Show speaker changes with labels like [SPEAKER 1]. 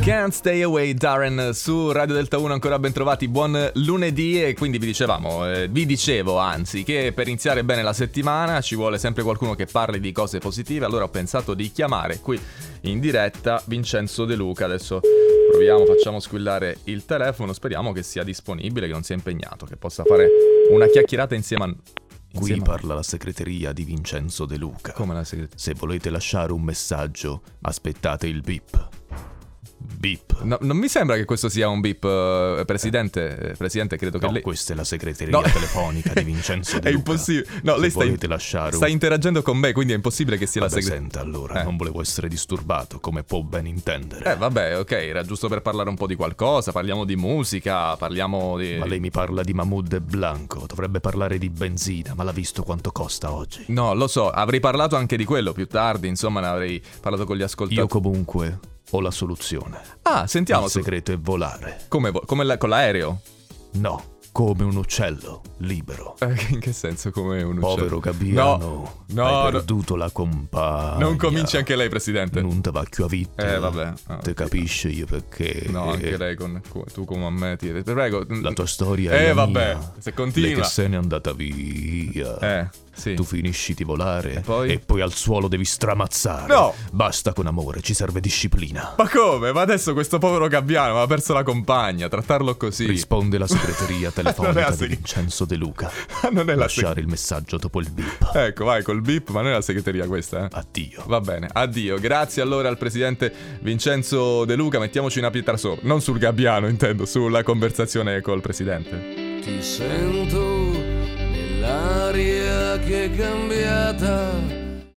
[SPEAKER 1] Can't Stay Away Darren su Radio Delta 1 ancora ben trovati, buon lunedì e quindi vi dicevamo, eh, vi dicevo anzi che per iniziare bene la settimana ci vuole sempre qualcuno che parli di cose positive, allora ho pensato di chiamare qui in diretta Vincenzo De Luca, adesso proviamo, facciamo squillare il telefono, speriamo che sia disponibile, che non sia impegnato, che possa fare una chiacchierata insieme a...
[SPEAKER 2] Qui
[SPEAKER 1] insieme a-
[SPEAKER 2] parla la segreteria di Vincenzo De Luca.
[SPEAKER 1] Come la segreteria?
[SPEAKER 2] Se volete lasciare un messaggio, aspettate il bip. Bip.
[SPEAKER 1] No, non mi sembra che questo sia un beep, eh, presidente. Eh, Presidente, credo che
[SPEAKER 2] No,
[SPEAKER 1] lei.
[SPEAKER 2] questa è la segreteria
[SPEAKER 1] No.
[SPEAKER 2] telefonica di Vincenzo De
[SPEAKER 1] È
[SPEAKER 2] Luca.
[SPEAKER 1] impossibile. No,
[SPEAKER 2] Se
[SPEAKER 1] lei sta, in-
[SPEAKER 2] volete lasciare un-
[SPEAKER 1] sta interagendo con me, quindi è impossibile che sia
[SPEAKER 2] Vabbè,
[SPEAKER 1] la segreteria.
[SPEAKER 2] senta, allora,
[SPEAKER 1] Eh.
[SPEAKER 2] non volevo essere disturbato, come può ben intendere.
[SPEAKER 1] Eh, vabbè, ok, era giusto per parlare un po' di qualcosa. Parliamo di musica, parliamo di.
[SPEAKER 2] Ma lei mi parla di Mahmoud e Blanco, dovrebbe parlare di benzina, ma l'ha visto quanto costa oggi?
[SPEAKER 1] No, lo so, avrei parlato anche di quello più tardi, insomma, ne avrei parlato con gli ascoltatori.
[SPEAKER 2] Io comunque ho la soluzione.
[SPEAKER 1] Ah, sentiamo.
[SPEAKER 2] Il
[SPEAKER 1] se-
[SPEAKER 2] segreto è volare.
[SPEAKER 1] Come, vo- come la- con l'aereo?
[SPEAKER 2] No, come un uccello, libero.
[SPEAKER 1] Eh, In che senso? Come un uccello?
[SPEAKER 2] Povero Gabbiano,
[SPEAKER 1] No, no,
[SPEAKER 2] hai
[SPEAKER 1] no.
[SPEAKER 2] perduto la compagna.
[SPEAKER 1] Non cominci anche lei, presidente.
[SPEAKER 2] Non te va più a vita.
[SPEAKER 1] Eh, vabbè. Ah,
[SPEAKER 2] Te capisci io perché...
[SPEAKER 1] No, anche lei con tu come a me ti prego.
[SPEAKER 2] eh, La tua storia
[SPEAKER 1] Eh,
[SPEAKER 2] è la
[SPEAKER 1] vabbè,
[SPEAKER 2] mia.
[SPEAKER 1] se continua.
[SPEAKER 2] Lei che se n'è andata via.
[SPEAKER 1] Eh, sì.
[SPEAKER 2] Tu finisci di volare e
[SPEAKER 1] poi?
[SPEAKER 2] al suolo devi stramazzare.
[SPEAKER 1] No!
[SPEAKER 2] Basta con amore, ci serve disciplina.
[SPEAKER 1] Ma come? Ma adesso questo povero gabbiano ha perso la compagna, trattarlo così.
[SPEAKER 2] Risponde la segreteria
[SPEAKER 1] Non è
[SPEAKER 2] telefonica
[SPEAKER 1] la
[SPEAKER 2] di
[SPEAKER 1] segre-
[SPEAKER 2] Vincenzo De Luca.
[SPEAKER 1] non è la
[SPEAKER 2] Lasciare il messaggio dopo il bip.
[SPEAKER 1] segreteria. Ecco, vai col bip, ma non è la segreteria questa, eh.
[SPEAKER 2] Addio.
[SPEAKER 1] Va bene, addio. Grazie allora al presidente Vincenzo De Luca, mettiamoci una pietra sopra. Non sul gabbiano, intendo, sulla conversazione col presidente.
[SPEAKER 3] Ti sento nell'aria che è cambiata